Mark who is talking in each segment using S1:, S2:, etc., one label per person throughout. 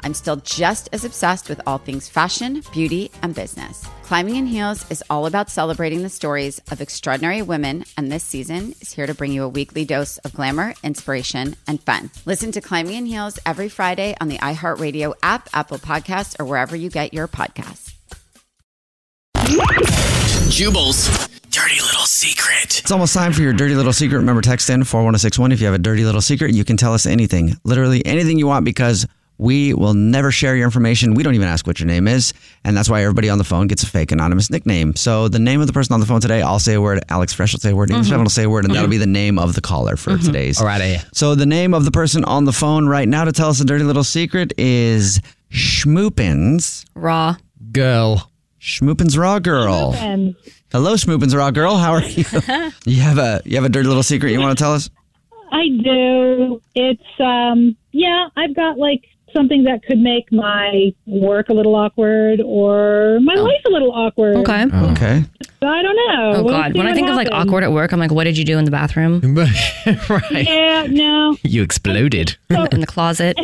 S1: I'm still just as obsessed with all things fashion, beauty, and business. Climbing in Heels is all about celebrating the stories of extraordinary women, and this season is here to bring you a weekly dose of glamour, inspiration, and fun. Listen to Climbing in Heels every Friday on the iHeartRadio app, Apple Podcasts, or wherever you get your podcasts.
S2: Jubal's dirty little secret.
S3: It's almost time for your dirty little secret. Remember, text in 41061. If you have a dirty little secret, you can tell us anything, literally anything you want, because we will never share your information. We don't even ask what your name is. And that's why everybody on the phone gets a fake anonymous nickname. So, the name of the person on the phone today, I'll say a word. Alex Fresh will say a word. English
S4: Mhm.
S3: Evan will say a word. And that'll
S4: Mhm.
S3: be the name of the caller for
S4: Mhm.
S3: today's.
S4: All right, yeah.
S3: So, the name of the person on the phone right now to tell us a dirty little secret is Schmoopins.
S5: Raw.
S3: Girl. Schmoopins Raw Girl. Hello, Schmoopins Raw Girl. How are you? you have a you have a dirty little secret you want to tell us?
S6: I do. It's um yeah, I've got like something that could make my work a little awkward or my life a little awkward. Okay.
S3: Okay.
S6: So I don't know.
S5: Oh,
S6: We'll
S5: God.
S6: see
S5: When I
S6: what
S5: think of like
S6: happens.
S5: awkward at work, I'm like, what did you do in the bathroom?
S4: right.
S6: Yeah, no.
S4: You exploded.
S5: in the closet.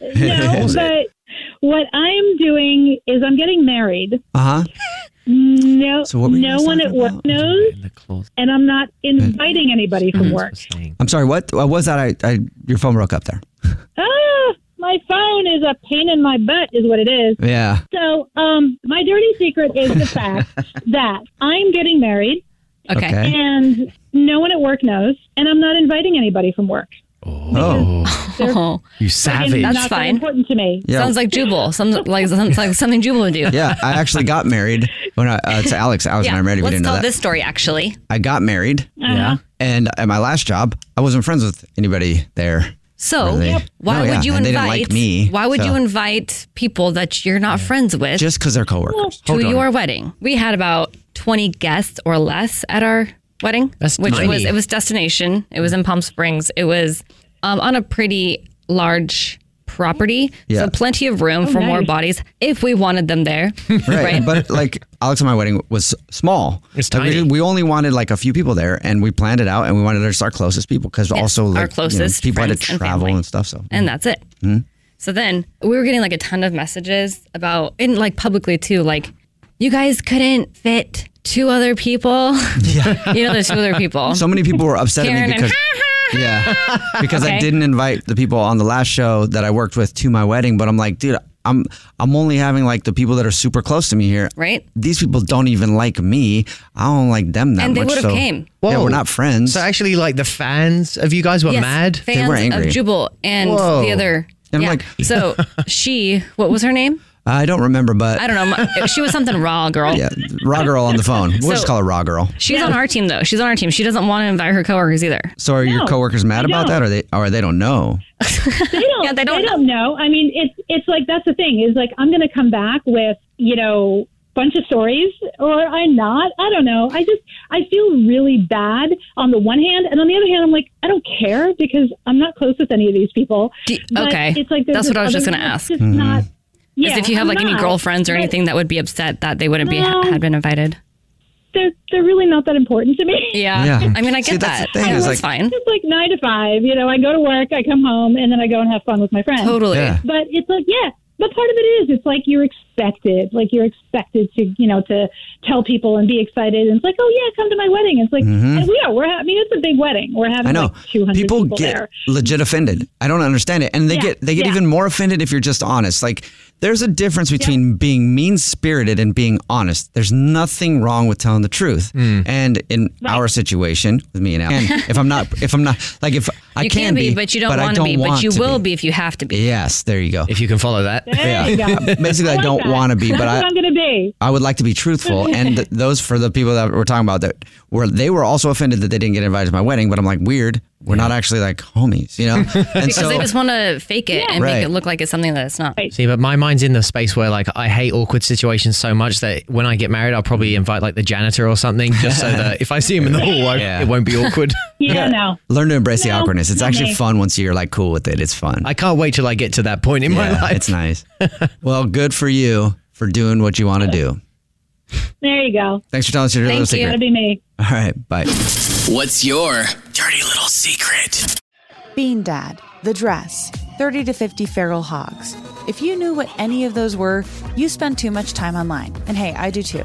S6: No, but what I'm doing is I'm getting married.
S3: Uh huh.
S6: No
S3: So what were you
S6: no
S3: guys
S6: one at work knows and I'm not
S3: Hmm.
S6: inviting anybody from work.
S3: I'm sorry. What, uh, what was that? I, I your phone broke up there.
S6: Ah, my phone is a pain in my butt is what it is.
S3: Yeah.
S6: So, um, my dirty secret is the fact that I'm getting married.
S3: Okay. Okay.
S6: And no one at work knows, and I'm not inviting anybody from work.
S4: Oh,
S6: They're friggin'
S4: you savage.
S6: not that important to me.
S3: Yeah.
S5: Sounds like Jubal. Some, like, sounds like something Jubal would do.
S3: Yeah. I actually got married when I uh, to Alex. I was
S5: Yeah,
S3: not married. We
S5: Let's
S3: didn't know
S5: tell
S3: that.
S5: this story, actually.
S3: I got married.
S5: Yeah.
S3: And at my last job, I wasn't friends with anybody there.
S5: So
S3: Really.
S5: why
S3: No, yeah,
S5: would you
S3: and
S5: invite?
S3: They didn't like me.
S5: why would
S3: so-
S5: you invite people that you're not friends with?
S3: Just because they're coworkers.
S5: to
S3: Hold on.
S5: your wedding. We had about 20 guests or less at our wedding,
S4: That's
S5: which
S4: tiny.
S5: was it was destination. It was in Palm Springs. It was um, on a pretty large property,
S3: Yeah.
S5: so plenty of room for more bodies if we wanted them there.
S3: right. But like Alex and my wedding was small. It's
S4: tiny.
S3: we, only wanted like a few people there, and we planned it out, and we wanted to just our closest people because also
S5: our
S3: like you know,
S5: closest
S3: people had
S5: friends
S3: to
S5: and
S3: travel
S5: family.
S3: and, stuff. So
S5: and that's it.
S3: Mhm.
S5: So then we were getting like a ton of messages about, and like publicly too, like you guys couldn't fit two other people. you know, there's two other people.
S3: So many people were upset at
S5: Karen
S3: me
S5: and
S3: because yeah, because I
S5: Okay.
S3: didn't invite the people on the last show that I worked with to my wedding. But I'm like, dude, I'm I'm only having like the people that are super close to me here.
S5: Right.
S3: These people don't even like me. I don't like them that
S5: And they
S3: much.
S5: would've
S3: so-
S5: came.
S3: Yeah,
S4: Whoa.
S3: we're not friends.
S4: So actually, like the fans of you guys were
S5: Yes,
S4: mad.
S5: Fans of Jubal and
S4: Whoa.
S5: the other.
S3: And I'm
S5: yeah.
S3: like-
S5: so she, what was her name?
S3: I don't remember, but
S5: I don't know. My- She was something raw girl.
S3: yeah, raw girl on the phone. We'll
S5: So-
S3: just call her raw girl.
S5: She's on our team though. She's on our team. She doesn't want to invite her coworkers either.
S3: So are your
S6: No,
S3: coworkers mad
S6: they
S3: about that, or they or they don't know?
S6: They don't, they don't, know. I mean, it's it's like that's the thing is like I'm going to come back with you know bunch of stories, or I'm not. I don't know. I just I feel really bad on the one hand, and on the other hand, I'm like I don't care because I'm not close with any of these people. But
S5: okay.
S6: it's like there's
S5: That's
S6: this
S5: what I was just
S6: other
S5: gonna
S6: one that's
S5: ask.
S6: Just not.
S3: Mm-hmm.
S5: As
S6: Yeah,
S5: if you have
S6: I'm
S5: like any
S6: not.
S5: girlfriends or
S6: But-
S5: anything that would be upset that they wouldn't be
S6: No.
S5: had been invited.
S6: they're they're really not that important to me.
S5: Yeah.
S3: Yeah.
S5: I mean, I get
S3: See, that's
S5: that.
S3: the thing,
S5: Yeah,
S3: is,
S5: that's
S3: like-
S5: fine.
S6: It's like nine to five. You know, I go to work, I come home, and then I go and have fun with my friends.
S5: Totally.
S3: Yeah.
S6: But it's like, yeah. But part of it is, it's like you're expected, like you're expected to, you know, to tell people and be excited. And it's like, oh yeah, come to my wedding. It's like, and we are. We're. ha- I mean, it's a big wedding. We're having
S3: Mm-hmm. I know.
S6: like 200 people,
S3: people get
S6: there.
S3: legit offended. I don't understand it. And they
S6: Yeah,
S3: get they get
S6: yeah.
S3: even more offended if you're just honest. Like there's a difference between being mean-spirited and being honest. There's nothing wrong with telling the truth. And in our situation with me and Al, and if I'm not if I'm not like if I
S5: You can be, but you don't
S3: I
S5: want to be, but
S3: want
S5: you
S3: to
S5: will be if you have to be.
S3: Yes, there you go.
S4: If you can follow that.
S6: There you go.
S3: Basically, I,
S6: like
S3: don't
S6: that.
S3: want to be, but
S6: That's
S3: I,
S6: what I'm going to be.
S3: I would like to be truthful. And th- those for the people that we're talking about that were they were also offended that they didn't get invited to my wedding. But I'm like, weird. We're not actually like homies, you know. And
S5: Because they just want to fake it and
S3: Right.
S5: make it look like it's something that it's not.
S4: See, but my mind's in the space where like I hate awkward situations so much that when I get married, I'll probably invite like the janitor or something just so that if I see him in the hall, I-
S3: Yeah.
S4: it won't be awkward.
S6: Yeah, no.
S3: learn to embrace the
S6: No,
S3: awkwardness. It's
S6: not
S3: actually
S6: me.
S3: fun once you're like cool with it. It's fun.
S4: I can't wait till I get to that point in my
S3: Yeah,
S4: life.
S3: it's nice. well, good for you for doing what you want to do.
S6: There you go.
S3: Thanks for telling us your little
S5: Thank you.
S6: That'll
S3: secret.
S6: be me.
S3: All right, bye.
S2: What's your dirty little secret?
S7: Bean Dad, The Dress, 30 to 50 Feral Hogs. If you knew what any of those were, you spend too much time online. And hey, I do too.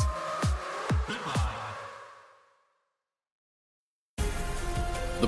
S8: The